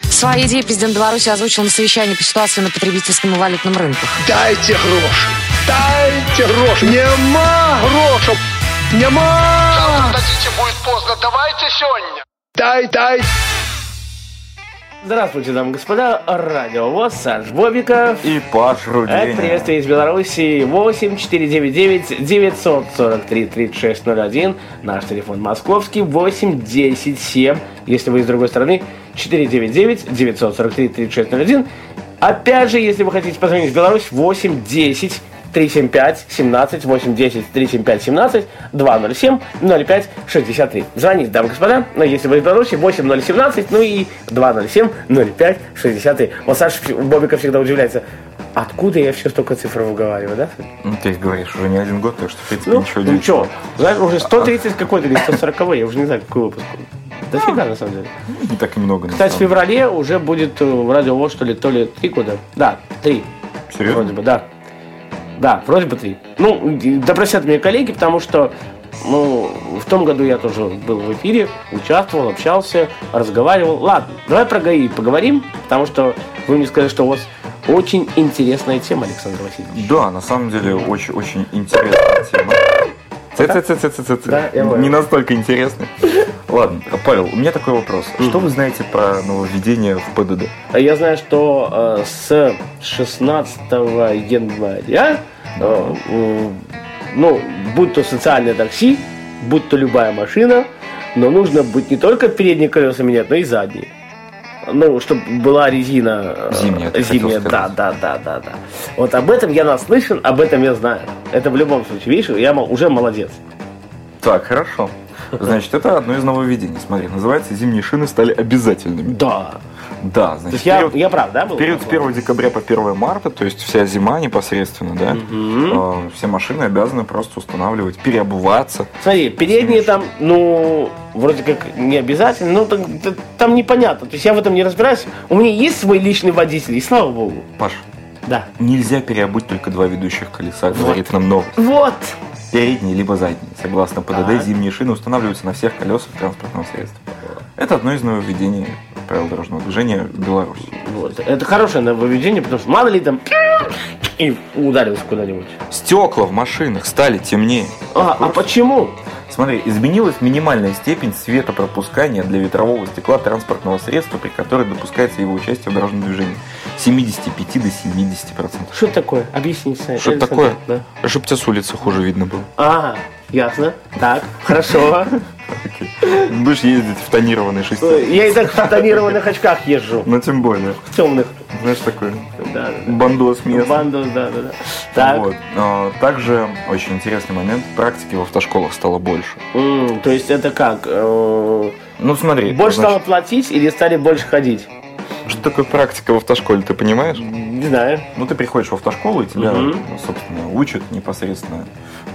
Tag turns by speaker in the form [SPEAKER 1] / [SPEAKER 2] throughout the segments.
[SPEAKER 1] Свои идеи президент Беларуси озвучил на совещании по ситуации на потребительском и валютном рынках.
[SPEAKER 2] Дайте гроші, дайте гроші. Нема грошей, нема.
[SPEAKER 3] Дадите будет поздно. Давайте сегодня.
[SPEAKER 2] Дай, дай.
[SPEAKER 4] Здравствуйте, дамы и господа, радио ВОЗ, Саш Бобиков.
[SPEAKER 5] И Паш
[SPEAKER 4] Это
[SPEAKER 5] Рудин.
[SPEAKER 4] приветствие Э, из Беларуси 8 499 943 3601. Наш телефон московский 8 10 7. Если вы из другой страны, 499 943 3601. Опять же, если вы хотите позвонить в Беларусь, 8 10 375 17 8 10 375 17 207 05 63. Звоните, дамы и господа. Но если вы из Беларуси, 8 017, ну и 207 05 63. Вот Саша вс- Бобиков всегда удивляется. Откуда я все столько цифр выговариваю, да?
[SPEAKER 5] Ну, ты говоришь уже не один год, так что, в принципе,
[SPEAKER 4] Ну, ну
[SPEAKER 5] ничего удивительного.
[SPEAKER 4] чё, знаешь, уже 130 какой-то или 140, я уже не знаю, какой выпуск. Дофига, на самом деле.
[SPEAKER 5] Не так и много. на
[SPEAKER 4] Кстати, в
[SPEAKER 5] самом деле.
[SPEAKER 4] феврале уже будет э, в радио «Вот», что ли, то ли три года. Да, три.
[SPEAKER 5] Серьезно?
[SPEAKER 4] Вроде бы, да. Да, вроде бы три. Ну, и допросят меня коллеги, потому что ну, в том году я тоже был в эфире, участвовал, общался, разговаривал. Ладно, давай про ГАИ поговорим, потому что вы мне сказали, что у вас очень интересная тема, Александр Васильевич.
[SPEAKER 5] Да, на самом деле очень, очень интересная тема. Ц- ц- ц- ц- ц- ц-
[SPEAKER 4] Да, я
[SPEAKER 5] Не
[SPEAKER 4] понял.
[SPEAKER 5] настолько интересный. Ладно, Павел, у меня такой вопрос. Что вы знаете про нововведение в ПДД?
[SPEAKER 4] А Я знаю, что э, с 16 января, э, м, ну, будь то социальное такси, будь то любая машина, но нужно будет не только передние колеса менять, но и задние. Ну, чтобы была резина э,
[SPEAKER 5] Зимняя, ты хотел
[SPEAKER 4] зимняя, да,
[SPEAKER 5] сказать.
[SPEAKER 4] да, да, да, да. Вот об этом я наслышан, об этом я знаю. Это в любом случае, видишь, я мо- уже молодец.
[SPEAKER 5] Так, хорошо. Значит, это одно из нововведений. Смотри, называется «Зимние шины стали обязательными».
[SPEAKER 4] Да.
[SPEAKER 5] Да,
[SPEAKER 4] То
[SPEAKER 5] значит,
[SPEAKER 4] есть я,
[SPEAKER 5] период-
[SPEAKER 4] я прав, да, был?
[SPEAKER 5] Период с 1 декабря по 1 марта, то есть вся зима непосредственно, да, э, все машины обязаны просто устанавливать, переобуваться.
[SPEAKER 4] Смотри, передние там, ну, вроде как не обязательно, но там, т- там непонятно. То есть я в этом не разбираюсь. У меня есть свой личный водитель, и слава богу.
[SPEAKER 5] Паш,
[SPEAKER 4] Да.
[SPEAKER 5] нельзя переобуть только два ведущих колеса, говорит нам новость.
[SPEAKER 4] Вот.
[SPEAKER 5] Передние либо задние. Согласно ПДД,
[SPEAKER 4] Так.
[SPEAKER 5] зимние шины устанавливаются на всех колесах транспортного средства. Это одно из нововведений правил дорожного движения в Беларуси.
[SPEAKER 4] Вот. Это хорошее нововведение, потому что мало ли там и ударился куда-нибудь.
[SPEAKER 5] Стекла в машинах стали темнее.
[SPEAKER 4] А, а почему?
[SPEAKER 5] Смотри, изменилась минимальная степень светопропускания для ветрового стекла транспортного средства, при которой допускается его участие в дорожном движении. С 75 до 70 процентов.
[SPEAKER 4] Что это такое? Объясните. Саня.
[SPEAKER 5] Что это
[SPEAKER 4] Александр,
[SPEAKER 5] такое?
[SPEAKER 4] Да.
[SPEAKER 5] Чтоб тебя с улицы хуже видно было.
[SPEAKER 4] А, ясно. Так, хорошо.
[SPEAKER 5] Будешь ездить в тонированной шестерке.
[SPEAKER 4] Я и так в тонированных очках езжу.
[SPEAKER 5] Ну, тем более.
[SPEAKER 4] Темных.
[SPEAKER 5] Знаешь, такой
[SPEAKER 4] Да, да, да.
[SPEAKER 5] бандос местный.
[SPEAKER 4] Банду, да, да, да. Так.
[SPEAKER 5] Вот. А, Также очень интересный момент. Практики в автошколах стало больше.
[SPEAKER 4] М, То есть это как? э,
[SPEAKER 5] Ну, смотри.
[SPEAKER 4] Больше
[SPEAKER 5] значит,
[SPEAKER 4] стало платить или стали больше ходить?
[SPEAKER 5] Что такое практика в автошколе, ты понимаешь?
[SPEAKER 4] Не знаю.
[SPEAKER 5] Ну, ты приходишь в автошколу, и тебя,
[SPEAKER 4] Мгм.
[SPEAKER 5] ну, собственно, учат непосредственно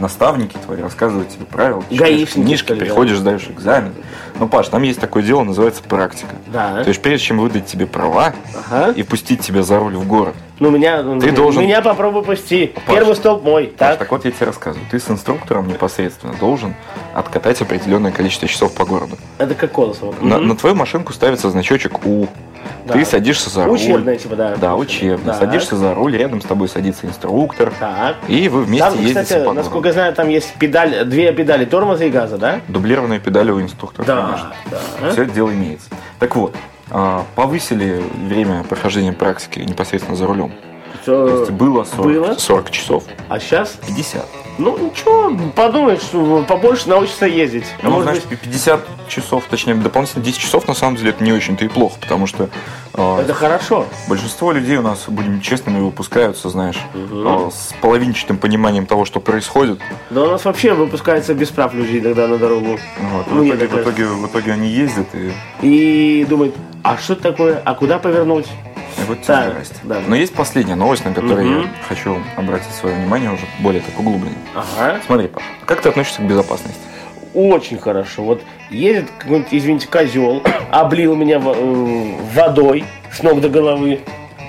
[SPEAKER 5] наставники твои, рассказывают тебе правила, ты
[SPEAKER 4] Гаишники,
[SPEAKER 5] читаешь книжки,
[SPEAKER 4] что ли, да?
[SPEAKER 5] приходишь, сдаешь экзамен. Ну, Паш, там есть такое дело, называется практика.
[SPEAKER 4] Да.
[SPEAKER 5] То есть, прежде чем выдать тебе права
[SPEAKER 4] Ага.
[SPEAKER 5] и пустить тебя за руль в город,
[SPEAKER 4] Ну меня, ну,
[SPEAKER 5] должен-
[SPEAKER 4] меня попробуй пусти. Первый стоп мой.
[SPEAKER 5] Паш,
[SPEAKER 4] Так.
[SPEAKER 5] так вот я тебе рассказываю, ты с инструктором непосредственно должен откатать определенное количество часов по городу.
[SPEAKER 4] Это как колосово.
[SPEAKER 5] На,
[SPEAKER 4] Мгм.
[SPEAKER 5] на твою машинку ставится значочек У.
[SPEAKER 4] Да.
[SPEAKER 5] Ты садишься за руль.
[SPEAKER 4] Учебная, типа, да.
[SPEAKER 5] Да, учебная.
[SPEAKER 4] Так.
[SPEAKER 5] Садишься за руль, рядом с тобой садится инструктор.
[SPEAKER 4] Так.
[SPEAKER 5] И вы вместе
[SPEAKER 4] Там,
[SPEAKER 5] ездите
[SPEAKER 4] кстати,
[SPEAKER 5] по городу.
[SPEAKER 4] насколько я знаю, там есть педаль, две педали тормоза и газа, да?
[SPEAKER 5] Дублированные педали у инструктора,
[SPEAKER 4] Да.
[SPEAKER 5] конечно.
[SPEAKER 4] да.
[SPEAKER 5] Все это дело имеется. Так вот, а, повысили время прохождения практики непосредственно за рулем. То есть
[SPEAKER 4] Всё.
[SPEAKER 5] было 40,
[SPEAKER 4] было?
[SPEAKER 5] 40 часов,
[SPEAKER 4] А сейчас?
[SPEAKER 5] 50.
[SPEAKER 4] Ну ничего, подумаешь, что побольше научится ездить. А
[SPEAKER 5] Ну,
[SPEAKER 4] может
[SPEAKER 5] знаешь,
[SPEAKER 4] быть,
[SPEAKER 5] 50 часов, точнее, дополнительно 10 часов, на самом деле, это не очень-то и плохо, потому что а,
[SPEAKER 4] это хорошо.
[SPEAKER 5] большинство людей у нас, будем честными, выпускаются, знаешь, а, с половинчатым пониманием того, что происходит.
[SPEAKER 4] Да у нас вообще выпускается без прав людей иногда на дорогу.
[SPEAKER 5] Вот.
[SPEAKER 4] Ну,
[SPEAKER 5] в,
[SPEAKER 4] мне
[SPEAKER 5] итоге,
[SPEAKER 4] так
[SPEAKER 5] в итоге- в итоге они ездят и
[SPEAKER 4] И думает, а что это такое? А куда повернуть?
[SPEAKER 5] И Вот тебе
[SPEAKER 4] Да,
[SPEAKER 5] здрасте.
[SPEAKER 4] да.
[SPEAKER 5] Но есть последняя новость, на которую
[SPEAKER 4] Мгм.
[SPEAKER 5] я хочу обратить свое внимание уже более так углубленно.
[SPEAKER 4] Ага.
[SPEAKER 5] Смотри, Паш, как ты относишься к безопасности?
[SPEAKER 4] Очень хорошо. Вот едет какой-нибудь, извините, козел, облил меня во- э, водой с ног до головы.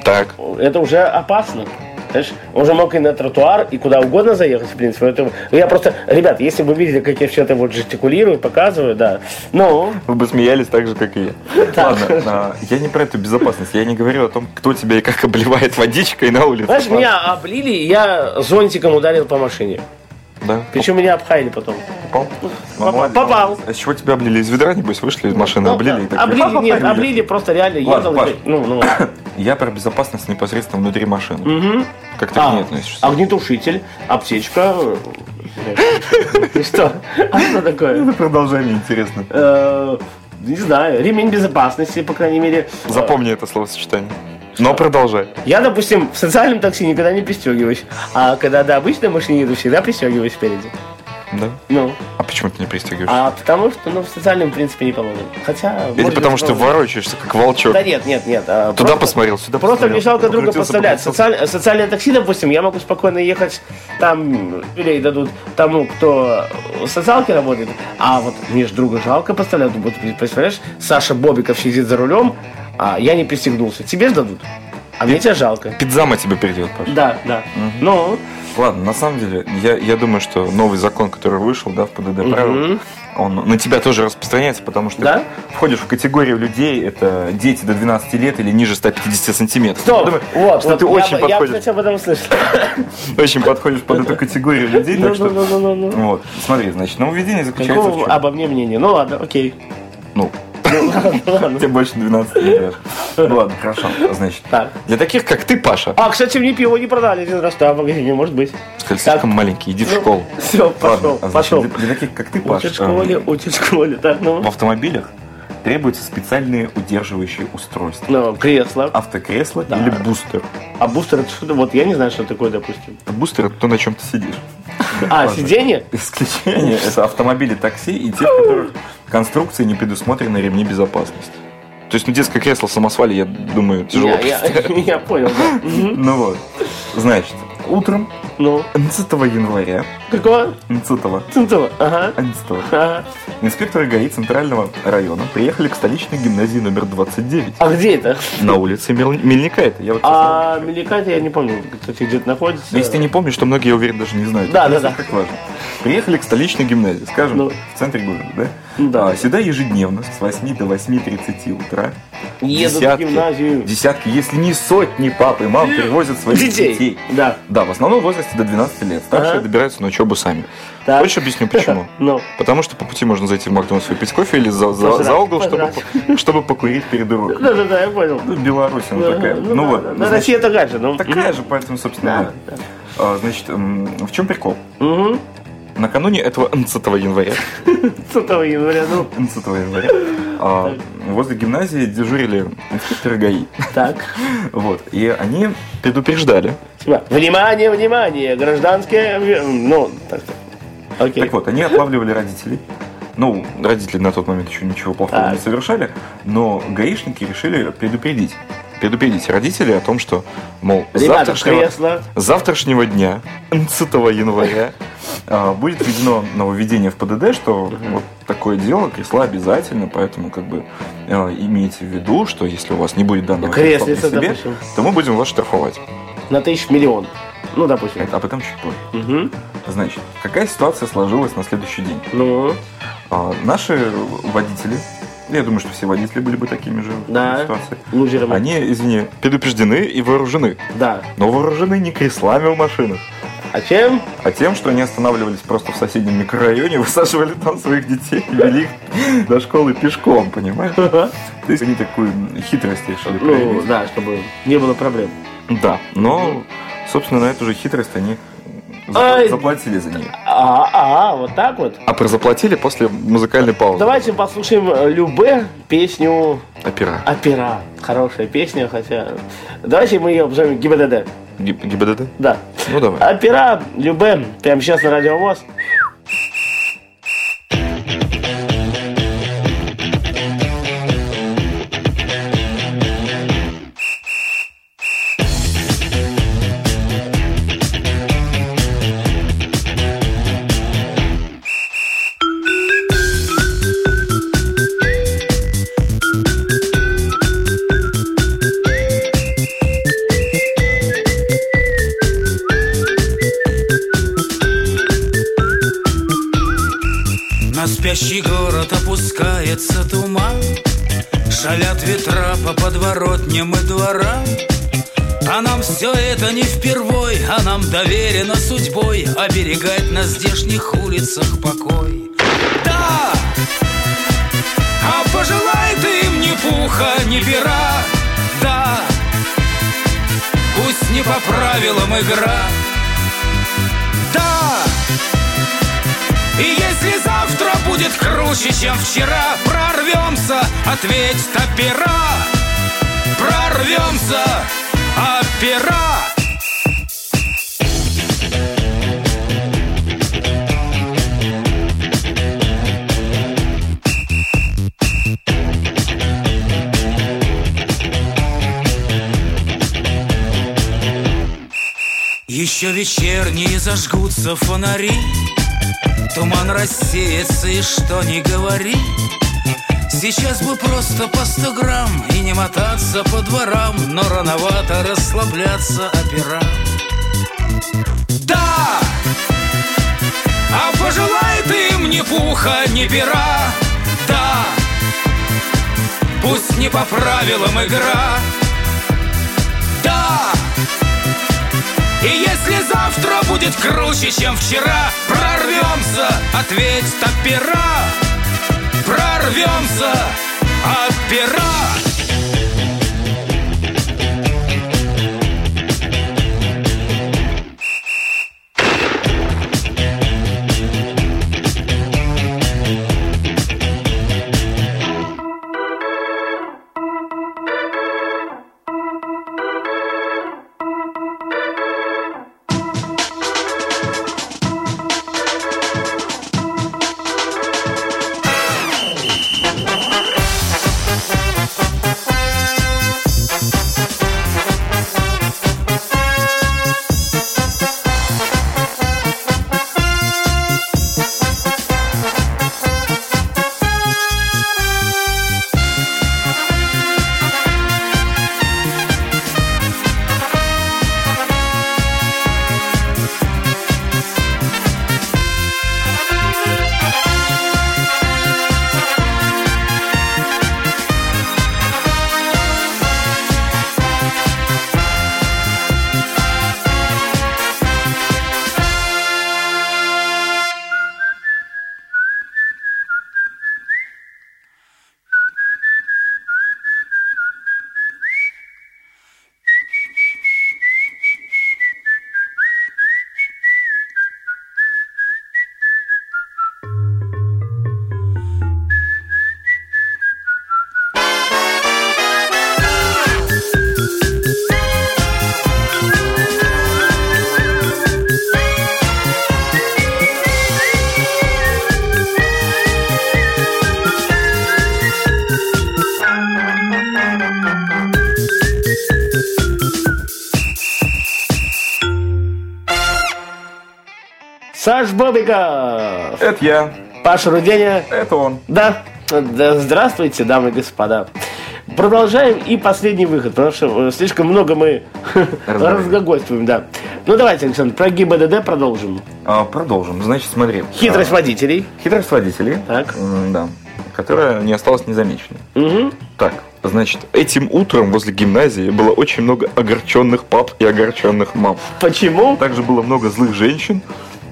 [SPEAKER 5] Так.
[SPEAKER 4] Это уже опасно. Понимаешь? Он же мог и на тротуар, и куда угодно заехать, в принципе. Это- Я просто, ребят, если бы вы видели, как я все это вот жестикулирую, показываю, да. Ну,
[SPEAKER 5] Вы бы смеялись так же, как и я. Ладно, а, я не про эту безопасность. Я не говорю о том, кто тебя и как обливает водичкой на улице.
[SPEAKER 4] знаешь, меня облили, и я зонтиком ударил по машине.
[SPEAKER 5] Да,
[SPEAKER 4] Причем меня обхаяли потом.
[SPEAKER 5] попал.
[SPEAKER 4] Попал. Попал.
[SPEAKER 5] А с чего тебя облили? Из ведра, небось, вышли из машины,
[SPEAKER 4] Ну,
[SPEAKER 5] облили и так
[SPEAKER 4] облили, нет, облили просто реально
[SPEAKER 5] Ладно,
[SPEAKER 4] ехал.
[SPEAKER 5] Паш.
[SPEAKER 4] Ну, ну.
[SPEAKER 5] Я про безопасность непосредственно внутри машины.
[SPEAKER 4] Мгм.
[SPEAKER 5] Как ты к
[SPEAKER 4] А,
[SPEAKER 5] ней относишься?
[SPEAKER 4] Огнетушитель, аптечка. э, Что? А что такое?
[SPEAKER 5] Это продолжение интересно.
[SPEAKER 4] Э, Не знаю, ремень безопасности, по крайней мере.
[SPEAKER 5] Запомни это словосочетание. Но продолжай.
[SPEAKER 4] Я, допустим, в социальном такси никогда не пристегиваюсь. А когда до обычной машине иду, всегда пристегиваюсь спереди.
[SPEAKER 5] Да?
[SPEAKER 4] Ну,
[SPEAKER 5] А почему ты не пристегиваешься?
[SPEAKER 4] а потому что, ну, в социальном, в принципе, не положено. Хотя...
[SPEAKER 5] Или
[SPEAKER 4] может
[SPEAKER 5] потому
[SPEAKER 4] быть,
[SPEAKER 5] что ты
[SPEAKER 4] положено.
[SPEAKER 5] ворочаешься, как волчок.
[SPEAKER 4] Да нет, нет, нет. а
[SPEAKER 5] Туда
[SPEAKER 4] просто-
[SPEAKER 5] посмотрел, сюда
[SPEAKER 4] Просто
[SPEAKER 5] посмотрел.
[SPEAKER 4] мне жалко друга
[SPEAKER 5] покрутился,
[SPEAKER 4] подставлять.
[SPEAKER 5] покрутился.
[SPEAKER 4] Социаль- Социальное такси, допустим, я могу спокойно ехать там, или дадут тому, кто в социалке работает. А вот мне же друга жалко подставлять. Вот, представляешь, Саша Бобиков сидит за рулем, а я не пристегнулся. Тебе ж дадут, а мне тебя жалко.
[SPEAKER 5] Пидзама тебя перейдет, Паш.
[SPEAKER 4] Да, да. Ну,
[SPEAKER 5] Ладно, на самом деле, я, я думаю, что новый закон, который вышел, да, в ПДД правил, он на тебя тоже распространяется, потому что
[SPEAKER 4] Да?
[SPEAKER 5] ты входишь в категорию людей, это дети до 12 лет или ниже 150 сантиметров. Я
[SPEAKER 4] стоп.
[SPEAKER 5] думаю,
[SPEAKER 4] вот,
[SPEAKER 5] что
[SPEAKER 4] стоп.
[SPEAKER 5] Ну, ты
[SPEAKER 4] я,
[SPEAKER 5] очень
[SPEAKER 4] бы- я бы
[SPEAKER 5] подходишь,
[SPEAKER 4] хотя об этом услышал.
[SPEAKER 5] очень подходишь под эту категорию людей, так что...
[SPEAKER 4] Ну-ну-ну-ну-ну.
[SPEAKER 5] Вот, смотри, значит, нововведение заключается в
[SPEAKER 4] Какого
[SPEAKER 5] чем?
[SPEAKER 4] обо мне мнения? Ну ладно, окей.
[SPEAKER 5] Ну,
[SPEAKER 4] Ладно, ладно.
[SPEAKER 5] тебе больше 12 лет. Ну ладно, хорошо, значит.
[SPEAKER 4] Так.
[SPEAKER 5] Для таких, как ты, Паша,
[SPEAKER 4] А, кстати, мне пиво не продали один раз, да, в магазине, может быть.
[SPEAKER 5] ты слишком маленький, иди в
[SPEAKER 4] Ну,
[SPEAKER 5] школу.
[SPEAKER 4] Все,
[SPEAKER 5] Ладно,
[SPEAKER 4] пошел,
[SPEAKER 5] а значит,
[SPEAKER 4] пошел.
[SPEAKER 5] Для для таких, как ты, Паша,
[SPEAKER 4] Учит в школе, учит в школе, так, ну.
[SPEAKER 5] В автомобилях требуются специальные удерживающие устройства.
[SPEAKER 4] Ну, кресло. А,
[SPEAKER 5] Автокресло или бустер.
[SPEAKER 4] а бустер это что-то, вот я не знаю, что такое, допустим.
[SPEAKER 5] Бустер это то, на чем ты сидишь.
[SPEAKER 4] А, сиденье?
[SPEAKER 5] Исключение это автомобили такси и те, в которых конструкции не предусмотрены ремни безопасности. То есть, ну, детское кресло в самосвале, я думаю, тяжело.
[SPEAKER 4] Я, я- я понял, да. Мгм.
[SPEAKER 5] Ну вот. Значит, утром
[SPEAKER 4] Ну,
[SPEAKER 5] 11 января,
[SPEAKER 4] какого?
[SPEAKER 5] 11,
[SPEAKER 4] Цинцова. Ага.
[SPEAKER 5] 11
[SPEAKER 4] Ага.
[SPEAKER 5] инспекторы ГАИ Центрального района приехали к столичной гимназии номер 29
[SPEAKER 4] А где это?
[SPEAKER 5] на улице Мел- Мельника. Это я вот сейчас
[SPEAKER 4] А Меликате я не помню, кстати, где это находится.
[SPEAKER 5] Ну, Если ты не помнишь, что многие, я уверен, даже не знают.
[SPEAKER 4] Да,
[SPEAKER 5] Это
[SPEAKER 4] да,
[SPEAKER 5] не так важно. Приехали к столичной гимназии, скажем,
[SPEAKER 4] Ну.
[SPEAKER 5] в центре города, да?
[SPEAKER 4] Ну да.
[SPEAKER 5] А, сюда ежедневно с 8 до 8.30 утра
[SPEAKER 4] Едут в
[SPEAKER 5] десятки,
[SPEAKER 4] гимназию.
[SPEAKER 5] десятки, если не сотни пап и мам привозят своих детей.
[SPEAKER 4] Детей. Да.
[SPEAKER 5] Да, в основном в возрасте до 12 лет. Старшие
[SPEAKER 4] Ага.
[SPEAKER 5] добираются на учебу сами.
[SPEAKER 4] Так.
[SPEAKER 5] Хочешь объясню, почему?
[SPEAKER 4] Ну.
[SPEAKER 5] Потому что по пути можно зайти в Макдональдс выпить кофе или за, за- за
[SPEAKER 4] Пожрать,
[SPEAKER 5] угол, чтобы,
[SPEAKER 4] пожрать.
[SPEAKER 5] по- чтобы покурить перед уроком.
[SPEAKER 4] Да-да-да, я понял.
[SPEAKER 5] Ну, Беларусь, она такая. Ну,
[SPEAKER 4] да,
[SPEAKER 5] вот.
[SPEAKER 4] да,
[SPEAKER 5] значит,
[SPEAKER 4] да, Россия такая же, ну.
[SPEAKER 5] Такая же, поэтому, собственно, да. А, Значит, м, в чем прикол?
[SPEAKER 4] Угу.
[SPEAKER 5] Накануне этого 11 января,
[SPEAKER 4] 100 января, ну.
[SPEAKER 5] 11 января а, возле гимназии дежурили инспекторы ГАИ.
[SPEAKER 4] Так.
[SPEAKER 5] Вот. И они предупреждали.
[SPEAKER 4] Типа, Внимание, внимание, гражданские... э, Ну, так, окей.
[SPEAKER 5] Так вот, они отлавливали родителей. Ну, родители на тот момент еще ничего плохого не
[SPEAKER 4] Так.
[SPEAKER 5] совершали, но гаишники решили предупредить. Предупредить родителей о том, что, мол, с
[SPEAKER 4] Ребята,
[SPEAKER 5] завтрашнего,
[SPEAKER 4] кресло.
[SPEAKER 5] с завтрашнего дня, 11 января, а, будет введено нововведение в ПДД, что вот такое дело, кресла обязательно, поэтому как бы э, имейте в виду, что если у вас не будет данного кресла при
[SPEAKER 4] Креслица,
[SPEAKER 5] себе,
[SPEAKER 4] допустим,
[SPEAKER 5] то мы будем вас штрафовать.
[SPEAKER 4] на тысяч миллион. Ну, допустим.
[SPEAKER 5] Это- Об этом чуть позже.
[SPEAKER 4] Мгм.
[SPEAKER 5] Значит, какая ситуация сложилась на следующий день?
[SPEAKER 4] Ну,
[SPEAKER 5] А, наши водители, я думаю, что все водители были бы такими же
[SPEAKER 4] Да.
[SPEAKER 5] ситуации.
[SPEAKER 4] лузером.
[SPEAKER 5] Они, извини, предупреждены и вооружены.
[SPEAKER 4] Да.
[SPEAKER 5] Но вооружены не креслами в машинах,
[SPEAKER 4] А чем?
[SPEAKER 5] а тем, что они останавливались просто в соседнем микрорайоне, высаживали там своих детей и вели их до школы пешком, понимаешь?
[SPEAKER 4] Ага.
[SPEAKER 5] То есть они такую хитрость решили
[SPEAKER 4] Ну,
[SPEAKER 5] проявить.
[SPEAKER 4] да, чтобы не было проблем.
[SPEAKER 5] Да, но, собственно, на эту же хитрость они за-
[SPEAKER 4] Ай.
[SPEAKER 5] заплатили за нее.
[SPEAKER 4] А, а, вот так вот.
[SPEAKER 5] А про заплатили после музыкальной паузы.
[SPEAKER 4] Давайте послушаем э, Любе песню
[SPEAKER 5] Опера.
[SPEAKER 4] «Опера». Хорошая песня, хотя... Давайте мы ее обзовем ГИБДД.
[SPEAKER 5] Ги- ГИБДД?
[SPEAKER 4] Да.
[SPEAKER 5] Ну давай.
[SPEAKER 4] А- Опера Любе. Прямо сейчас на радиовоз.
[SPEAKER 6] спящий город опускается туман Шалят ветра по подворотням и дворам А нам все это не впервой А нам доверено судьбой Оберегать на здешних улицах покой Да! А пожелай ты им ни пуха, ни пера Да! Пусть не по правилам игра Да! И если завтра будет круче, чем вчера, прорвемся, ответь опера. Прорвемся, опера. Еще вечерние зажгутся фонари, Туман рассеется и что не говори Сейчас бы просто по сто грамм И не мотаться по дворам Но рановато расслабляться опера Да! А пожелай ты им ни пуха, ни пера Да! Пусть не по правилам игра Да! И если завтра будет круче, чем вчера, прорвемся, ответь топера. Прорвемся, опера.
[SPEAKER 4] Саш Бобиков,
[SPEAKER 5] Это я,
[SPEAKER 4] Паша Руденя,
[SPEAKER 5] это он.
[SPEAKER 4] Да, да, здравствуйте, дамы и господа. Продолжаем и последний выход, потому что э, слишком много мы
[SPEAKER 5] Разговариваем.
[SPEAKER 4] разгогольствуем, да. Ну давайте, Александр, про ГИБДД продолжим.
[SPEAKER 5] А, продолжим. Значит, смотри.
[SPEAKER 4] Хитрость водителей.
[SPEAKER 5] А, хитрость водителей.
[SPEAKER 4] Так.
[SPEAKER 5] М, Да. Которая не осталась незамеченной.
[SPEAKER 4] Мгм.
[SPEAKER 5] Так, значит, этим утром возле гимназии было очень много огорченных пап и огорченных мам.
[SPEAKER 4] Почему?
[SPEAKER 5] Также было много злых женщин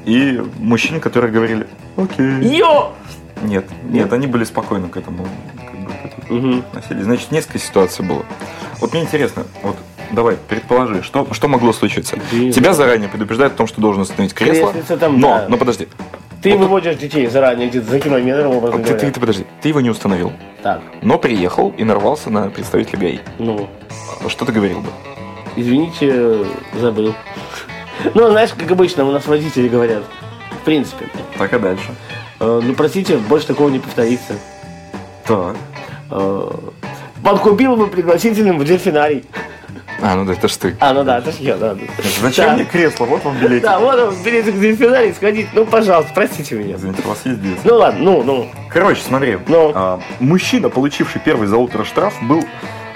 [SPEAKER 5] и мужчин, которые говорили «Окей».
[SPEAKER 4] Йо!
[SPEAKER 5] Нет, нет, они были спокойно к этому как бы,
[SPEAKER 4] Мгм.
[SPEAKER 5] относились. Значит, несколько ситуаций было. Вот мне интересно, вот давай, предположи, что, что могло случиться?
[SPEAKER 4] Блин.
[SPEAKER 5] Тебя заранее предупреждают о том, что должен установить кресло.
[SPEAKER 4] Креслица там,
[SPEAKER 5] но,
[SPEAKER 4] да.
[SPEAKER 5] но подожди,
[SPEAKER 4] Ты
[SPEAKER 5] Вот-
[SPEAKER 4] выводишь детей заранее где-то за километром, образно
[SPEAKER 5] ты, ты-
[SPEAKER 4] говоря.
[SPEAKER 5] ты подожди, ты его не установил,
[SPEAKER 4] Так,
[SPEAKER 5] но приехал и нарвался на представителя ГАИ.
[SPEAKER 4] ну,
[SPEAKER 5] Что ты говорил бы?
[SPEAKER 4] извините, э, забыл. Ну, знаешь, как обычно, у нас водители говорят. В принципе.
[SPEAKER 5] Так, а дальше?
[SPEAKER 4] Э, Ну, простите, больше такого не повторится.
[SPEAKER 5] Так.
[SPEAKER 4] Э, Подкупил бы пригласительным в дельфинарий.
[SPEAKER 5] А, ну да, это ж ты.
[SPEAKER 4] А, ну да, это ж я, да.
[SPEAKER 5] Зачем
[SPEAKER 4] Да.
[SPEAKER 5] мне кресло? Вот вам билетик.
[SPEAKER 4] Да, вот он, билеты к дельфинарий сходить. Ну, пожалуйста, простите меня.
[SPEAKER 5] Извините, у вас есть билет?
[SPEAKER 4] Ну ладно, ну, ну.
[SPEAKER 5] Короче, смотри,
[SPEAKER 4] Ну.
[SPEAKER 5] а, мужчина, получивший первый за утро штраф, был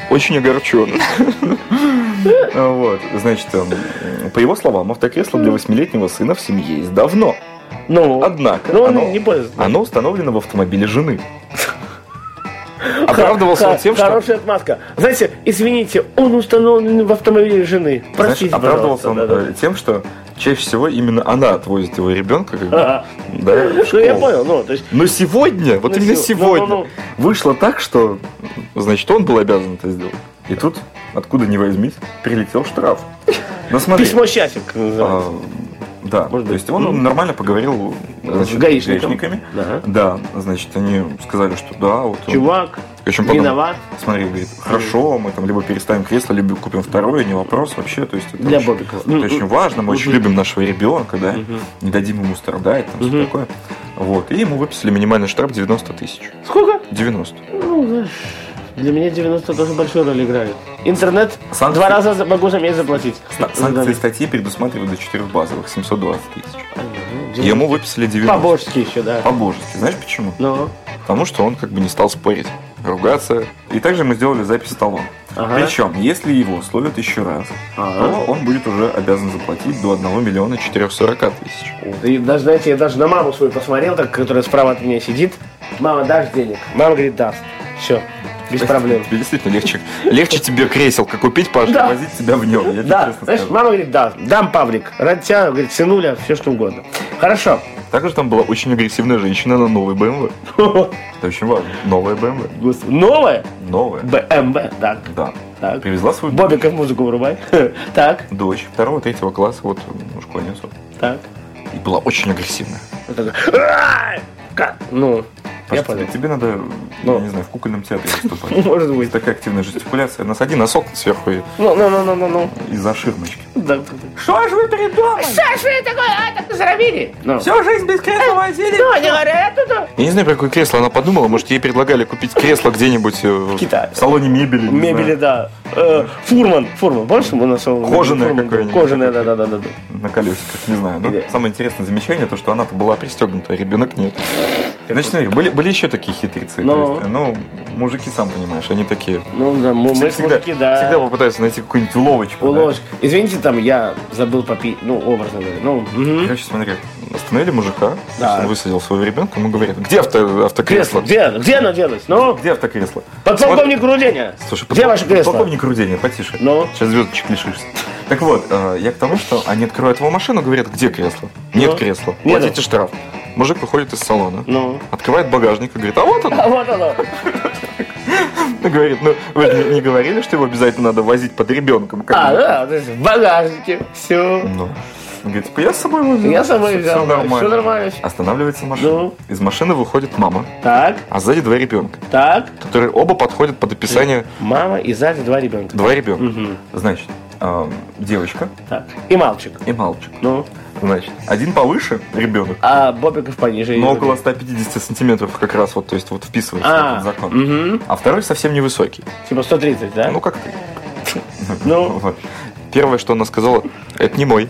[SPEAKER 5] очень огорчен. Вот, значит, эм, по его словам, автокресло для восьмилетнего сына в семье есть давно.
[SPEAKER 4] Ну,
[SPEAKER 5] Однако,
[SPEAKER 4] Ну, он
[SPEAKER 5] оно-
[SPEAKER 4] не пользуется.
[SPEAKER 5] Оно установлено в автомобиле жены. Оправдывался он тем, что...
[SPEAKER 4] Хорошая отмазка. Знаете, извините, он установлен в автомобиле жены.
[SPEAKER 5] Знаешь,
[SPEAKER 4] Простите,
[SPEAKER 5] оправдывался он
[SPEAKER 4] пожалуйста. Да-да.
[SPEAKER 5] э, тем, что чаще всего именно она отвозит его ребенка. Как бы,
[SPEAKER 4] Ага.
[SPEAKER 5] да, в
[SPEAKER 4] Ну, я
[SPEAKER 5] школу.
[SPEAKER 4] понял, ну, то есть...
[SPEAKER 5] Но сегодня, вот
[SPEAKER 4] Ну,
[SPEAKER 5] именно
[SPEAKER 4] сего-
[SPEAKER 5] сегодня,
[SPEAKER 4] ну, ну,
[SPEAKER 5] вышло так, что, значит, он был обязан это сделать. И тут, откуда ни возьмись, прилетел штраф. Ну, смотри.
[SPEAKER 4] Письмо счастья, как называется.
[SPEAKER 5] а, да,
[SPEAKER 4] Может
[SPEAKER 5] то
[SPEAKER 4] быть.
[SPEAKER 5] есть он
[SPEAKER 4] Мгм.
[SPEAKER 5] нормально поговорил значит,
[SPEAKER 4] С гаишником.
[SPEAKER 5] гаишниками.
[SPEAKER 4] Ага.
[SPEAKER 5] Да, значит, они сказали, что да, вот он-
[SPEAKER 4] Чувак,
[SPEAKER 5] Причем потом-
[SPEAKER 4] виноват
[SPEAKER 5] Смотри, говорит, хорошо, мы там либо переставим кресло, либо купим второе, не вопрос вообще. То есть это
[SPEAKER 4] Для
[SPEAKER 5] очень,
[SPEAKER 4] Бобика. Ну,
[SPEAKER 5] это очень важно, мы очень любим нашего ребенка, да, не дадим ему страдать, там все такое. Вот, и ему выписали минимальный штраф 90 тысяч.
[SPEAKER 4] Сколько?
[SPEAKER 5] 90.
[SPEAKER 4] Ну, знаешь, для меня 90 тоже большую роль играет. Интернет
[SPEAKER 5] Санкции-
[SPEAKER 4] два раза за- могу за месяц заплатить.
[SPEAKER 5] Са- Санкции статьи предусматривают до 4 базовых, 720 тысяч. Ему выписали 90.
[SPEAKER 4] По-божски еще, да.
[SPEAKER 5] По-божески. Знаешь почему?
[SPEAKER 4] Ну,
[SPEAKER 5] Потому что он как бы не стал спорить, ругаться. И также мы сделали запись талон.
[SPEAKER 4] Ага.
[SPEAKER 5] Причем, если его словят еще раз,
[SPEAKER 4] Ага.
[SPEAKER 5] то он будет уже обязан заплатить до 1 миллиона 440 тысяч.
[SPEAKER 4] и даже, знаете, я даже на маму свою посмотрел, так, которая справа от меня сидит. Мама, дашь денег? Мама говорит, даст. Все, без проблем.
[SPEAKER 5] Тебе действительно легче. Легче тебе креселка купить, Паша,
[SPEAKER 4] Да.
[SPEAKER 5] и возить тебя в нем. Я тебе
[SPEAKER 4] Да,
[SPEAKER 5] честно
[SPEAKER 4] знаешь,
[SPEAKER 5] скажу.
[SPEAKER 4] мама говорит, да, дам Павлик, ради тебя, говорит, сынуля, все что угодно. Хорошо.
[SPEAKER 5] Также там была очень агрессивная женщина на новой BMW. Это очень важно. Новая BMW.
[SPEAKER 4] Господи, Новая
[SPEAKER 5] Новая.
[SPEAKER 4] БМВ, так,
[SPEAKER 5] Да.
[SPEAKER 4] так.
[SPEAKER 5] Привезла свою
[SPEAKER 4] Бобиков музыку вырубай. Так,
[SPEAKER 5] дочь второго, третьего класса, вот ну, школьницу.
[SPEAKER 4] так.
[SPEAKER 5] И была очень агрессивная.
[SPEAKER 4] Вот такой, «Ааа!» Как? Ну, я
[SPEAKER 5] Паша,
[SPEAKER 4] понял.
[SPEAKER 5] тебе, тебе надо,
[SPEAKER 4] Ну.
[SPEAKER 5] я не знаю, в кукольном театре выступать.
[SPEAKER 4] Может быть.
[SPEAKER 5] Такая активная жестикуляция. Нас один носок сверху и-
[SPEAKER 4] Ну, ну, ну, ну, ну, ну.
[SPEAKER 5] из-за ширмочки.
[SPEAKER 4] Да.
[SPEAKER 5] Что же вы передумали?
[SPEAKER 4] Что ж вы такое, а, так заробили? Ну.
[SPEAKER 5] Всю жизнь без кресла возили.
[SPEAKER 4] Ну, они говорят, это да.
[SPEAKER 5] Я не знаю, про какое кресло она подумала. Может, ей предлагали купить кресло где-нибудь э, в
[SPEAKER 4] Китае.
[SPEAKER 5] в салоне мебели. не
[SPEAKER 4] Мебели,
[SPEAKER 5] знаю,
[SPEAKER 4] да. Э, Фурман, фурман, помнишь, у нас он-
[SPEAKER 5] Кожаное
[SPEAKER 4] фурман был?
[SPEAKER 5] какое-нибудь.
[SPEAKER 4] Кожаное, да, да, да, да. да.
[SPEAKER 5] На колесиках, не знаю. Но
[SPEAKER 4] Или-
[SPEAKER 5] самое интересное замечание, то, что она-то была пристегнута, а ребенок нет. Значит, смотри, были, были еще такие хитрецы.
[SPEAKER 4] Ну.
[SPEAKER 5] То есть, ну, мужики, сам понимаешь, они такие.
[SPEAKER 4] Ну, да, мы мы
[SPEAKER 5] всегда,
[SPEAKER 4] мужики, да.
[SPEAKER 5] всегда попытаются найти какую-нибудь уловочку. да.
[SPEAKER 4] Уложь. Извините, там я забыл попить, ну, образно говоря. Ну, мгм.
[SPEAKER 5] Короче, смотри, остановили мужика, то
[SPEAKER 4] Да.
[SPEAKER 5] есть он высадил своего ребенка, ему говорят, где авто,
[SPEAKER 4] кресло.
[SPEAKER 5] автокресло?
[SPEAKER 4] Где, где оно делось? Ну,
[SPEAKER 5] Где автокресло?
[SPEAKER 4] подполковник Руденя.
[SPEAKER 5] Вот- Слушай,
[SPEAKER 4] Где
[SPEAKER 5] подпол-
[SPEAKER 4] ваше кресло?
[SPEAKER 5] Подполковник Рудения, потише.
[SPEAKER 4] Ну?
[SPEAKER 5] Сейчас звездочек лишишься. Так вот, э, я к тому, что они открывают его машину, говорят, где кресло?
[SPEAKER 4] Ну?
[SPEAKER 5] Нет кресла.
[SPEAKER 4] Нету.
[SPEAKER 5] Платите штраф. Мужик выходит из салона.
[SPEAKER 4] Ну.
[SPEAKER 5] Открывает багажник и говорит, а вот он.
[SPEAKER 4] А вот оно.
[SPEAKER 5] Ну, Говорит, ну вы же не- не говорили, что его обязательно надо возить под ребенком. как
[SPEAKER 4] А,
[SPEAKER 5] бы.
[SPEAKER 4] да, то есть в багажнике. Все.
[SPEAKER 5] Ну. Он говорит, типа, я с собой возьму.
[SPEAKER 4] Я с собой
[SPEAKER 5] Всё-
[SPEAKER 4] взял,
[SPEAKER 5] всё
[SPEAKER 4] да, всё нормально.
[SPEAKER 5] Останавливается машина.
[SPEAKER 4] Ну?
[SPEAKER 5] Из машины выходит мама,
[SPEAKER 4] Так,
[SPEAKER 5] а сзади два ребенка,
[SPEAKER 4] так.
[SPEAKER 5] которые оба подходят под описание
[SPEAKER 4] Мама и сзади два ребенка.
[SPEAKER 5] два ребенка. Значит, эм, девочка
[SPEAKER 4] Так. И мальчик.
[SPEAKER 5] и мальчик.
[SPEAKER 4] Ну,
[SPEAKER 5] Значит, один повыше ребенок,
[SPEAKER 4] а Бобиков пониже.
[SPEAKER 5] но Ну, около 150 сантиметров как раз вот, то есть вот вписывается в
[SPEAKER 4] А,
[SPEAKER 5] этот закон.
[SPEAKER 4] мгм.
[SPEAKER 5] А второй совсем невысокий.
[SPEAKER 4] Типа 130, да?
[SPEAKER 5] Ну как ты?
[SPEAKER 4] Ну,
[SPEAKER 5] Вот. Первое, что она сказала, это не мой.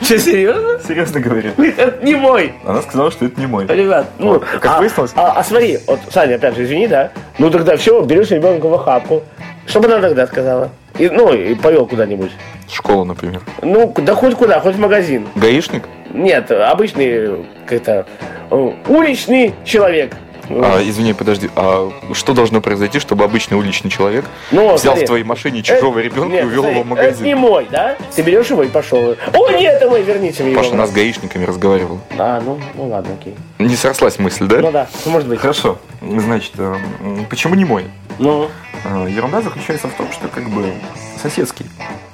[SPEAKER 4] что, серьезно?
[SPEAKER 5] Серьезно говорю.
[SPEAKER 4] Это не мой.
[SPEAKER 5] Она сказала, что это не мой.
[SPEAKER 4] Ребят, ну,
[SPEAKER 5] Как
[SPEAKER 4] а,
[SPEAKER 5] выяснилось?
[SPEAKER 4] А, а смотри, вот, Саня, опять же, извини, да? Ну тогда все, берешь ребенка в охапку. Что бы она тогда сказала? И, ну, и повел куда-нибудь.
[SPEAKER 5] Школа, например.
[SPEAKER 4] Ну, да хоть куда, хоть в магазин.
[SPEAKER 5] Гаишник?
[SPEAKER 4] Нет, обычный, как-то, э, уличный человек. Э,
[SPEAKER 5] А, извини, подожди, а что должно произойти, чтобы обычный уличный человек
[SPEAKER 4] Ну,
[SPEAKER 5] взял
[SPEAKER 4] смотри.
[SPEAKER 5] в твоей машине чужого
[SPEAKER 4] Э,
[SPEAKER 5] ребенка
[SPEAKER 4] нет,
[SPEAKER 5] и увел его в
[SPEAKER 4] смотри, Это не
[SPEAKER 5] магазин?
[SPEAKER 4] мой, да? Ты берешь его и пошел. О, нет, это мой, верните мне его.
[SPEAKER 5] Паша, она с гаишниками разговаривала.
[SPEAKER 4] А, ну, ну ладно, окей.
[SPEAKER 5] Не срослась мысль, да?
[SPEAKER 4] Ну да, ну, может быть.
[SPEAKER 5] Хорошо. Значит, э, м, почему не мой?
[SPEAKER 4] Ну,
[SPEAKER 5] Э, Ерунда заключается в том, что как бы соседский.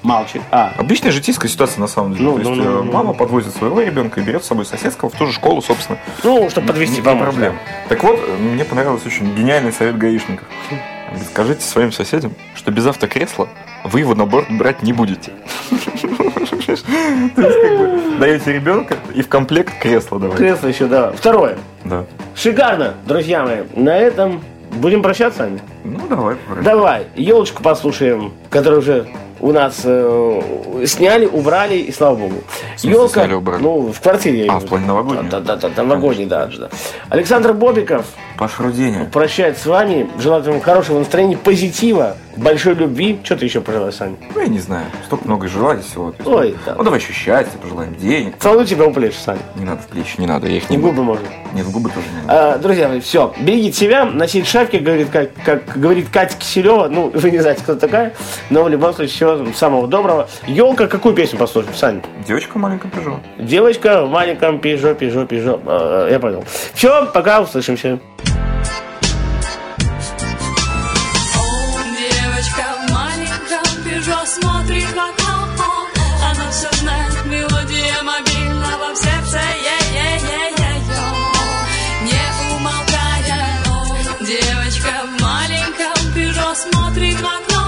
[SPEAKER 4] мальчик. А,
[SPEAKER 5] Обычная житейская ситуация на самом деле.
[SPEAKER 4] Ну,
[SPEAKER 5] То
[SPEAKER 4] ну, ну,
[SPEAKER 5] есть э,
[SPEAKER 4] ну, ну.
[SPEAKER 5] мама подвозит своего ребенка и берет с собой соседского в ту же школу, собственно.
[SPEAKER 4] ну, чтобы подвести
[SPEAKER 5] Не
[SPEAKER 4] помочь.
[SPEAKER 5] проблем. Так вот, э, мне понравился очень гениальный совет гаишников. Скажите своим соседям, что без автокресла вы его на борт брать не будете. То есть, как бы, даете ребенка и в комплект кресло давайте.
[SPEAKER 4] Кресло еще, да. Второе.
[SPEAKER 5] Да.
[SPEAKER 4] Шикарно, друзья мои. На этом будем прощаться с вами.
[SPEAKER 5] Ну, давай. Варя.
[SPEAKER 4] Давай, елочку послушаем, которую уже у нас э, сняли, убрали, и слава богу.
[SPEAKER 5] смысле
[SPEAKER 4] Ёлка,
[SPEAKER 5] сняли, убрали?
[SPEAKER 4] ну, в квартире. я
[SPEAKER 5] А,
[SPEAKER 4] имею
[SPEAKER 5] в плане новогоднего?
[SPEAKER 4] Да, да, да, да, новогодний, да, да. Александр Бобиков
[SPEAKER 5] Паша Руденя.
[SPEAKER 4] прощается с вами. Желаю вам хорошего настроения, позитива, Большой любви. Что ты еще пожелаешь, Сань?
[SPEAKER 5] Ну, я не знаю, столько много желаний всего. то есть,
[SPEAKER 4] Ой,
[SPEAKER 5] ну,
[SPEAKER 4] да.
[SPEAKER 5] Ну, давай еще счастья, пожелаем денег.
[SPEAKER 4] Целую тебя у плеч, Сань.
[SPEAKER 5] Не надо в плечи, не надо, я их
[SPEAKER 4] И
[SPEAKER 5] не
[SPEAKER 4] губы можно.
[SPEAKER 5] Нет, в губы тоже не надо.
[SPEAKER 4] А, друзья мои, все, берегите себя, носите шапки, говорит, как, как говорит Катя Киселева, ну, вы не знаете, кто такая, но в любом случае, всего вам самого доброго. Елка, какую песню послушаем, Сань?
[SPEAKER 5] Девочка маленькая пижо.
[SPEAKER 4] Девочка в маленьком пижо, пижо, пижо, А, я понял. Все, пока, услышимся.
[SPEAKER 7] Девочка в маленьком пижо смотрит в окно Она все знает, мелодия мобильного в сердце е-е-е-е-е. Не умолкая Девочка в маленьком пижо смотрит в окно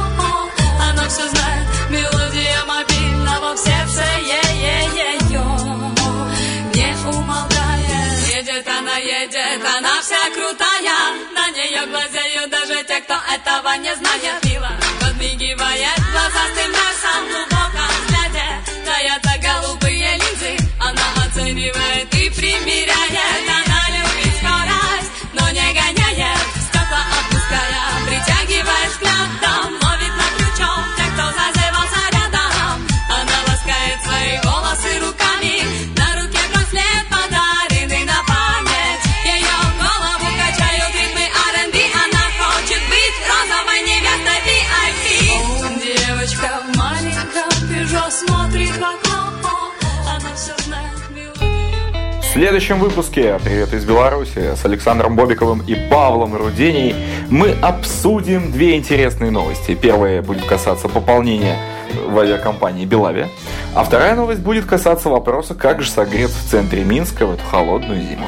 [SPEAKER 7] Она все знает, мелодия мобильного в сердце е-е-е-е не умолкает. Едет она, едет, она вся крутая, на нее глазеют даже те, кто этого не знает. Пила подмигивает глазастым носом в глубоком взгляде, таятся голубые линзы, она оценивает и примеряет. Она любит скорость, но не гоняет, стекла отпуская, притягивает взглядом, ловит на крючок тех, кто зазевался рядом. Она ласкает свои волосы руками, на руке браслет подаренный на память. Ее голову качают ритмы R&B, она хочет быть розовой невестой VIP. Девочка в маленьком пижо смотрит в окно, она все знает, мелодию.
[SPEAKER 5] В следующем выпуске «Привет из Беларуси» с Александром Бобиковым и Павлом Рудений мы обсудим две интересные новости. Первая будет касаться пополнения в авиакомпании «Белавия», а вторая новость будет касаться вопроса, как же согреться в центре Минска в эту холодную зиму.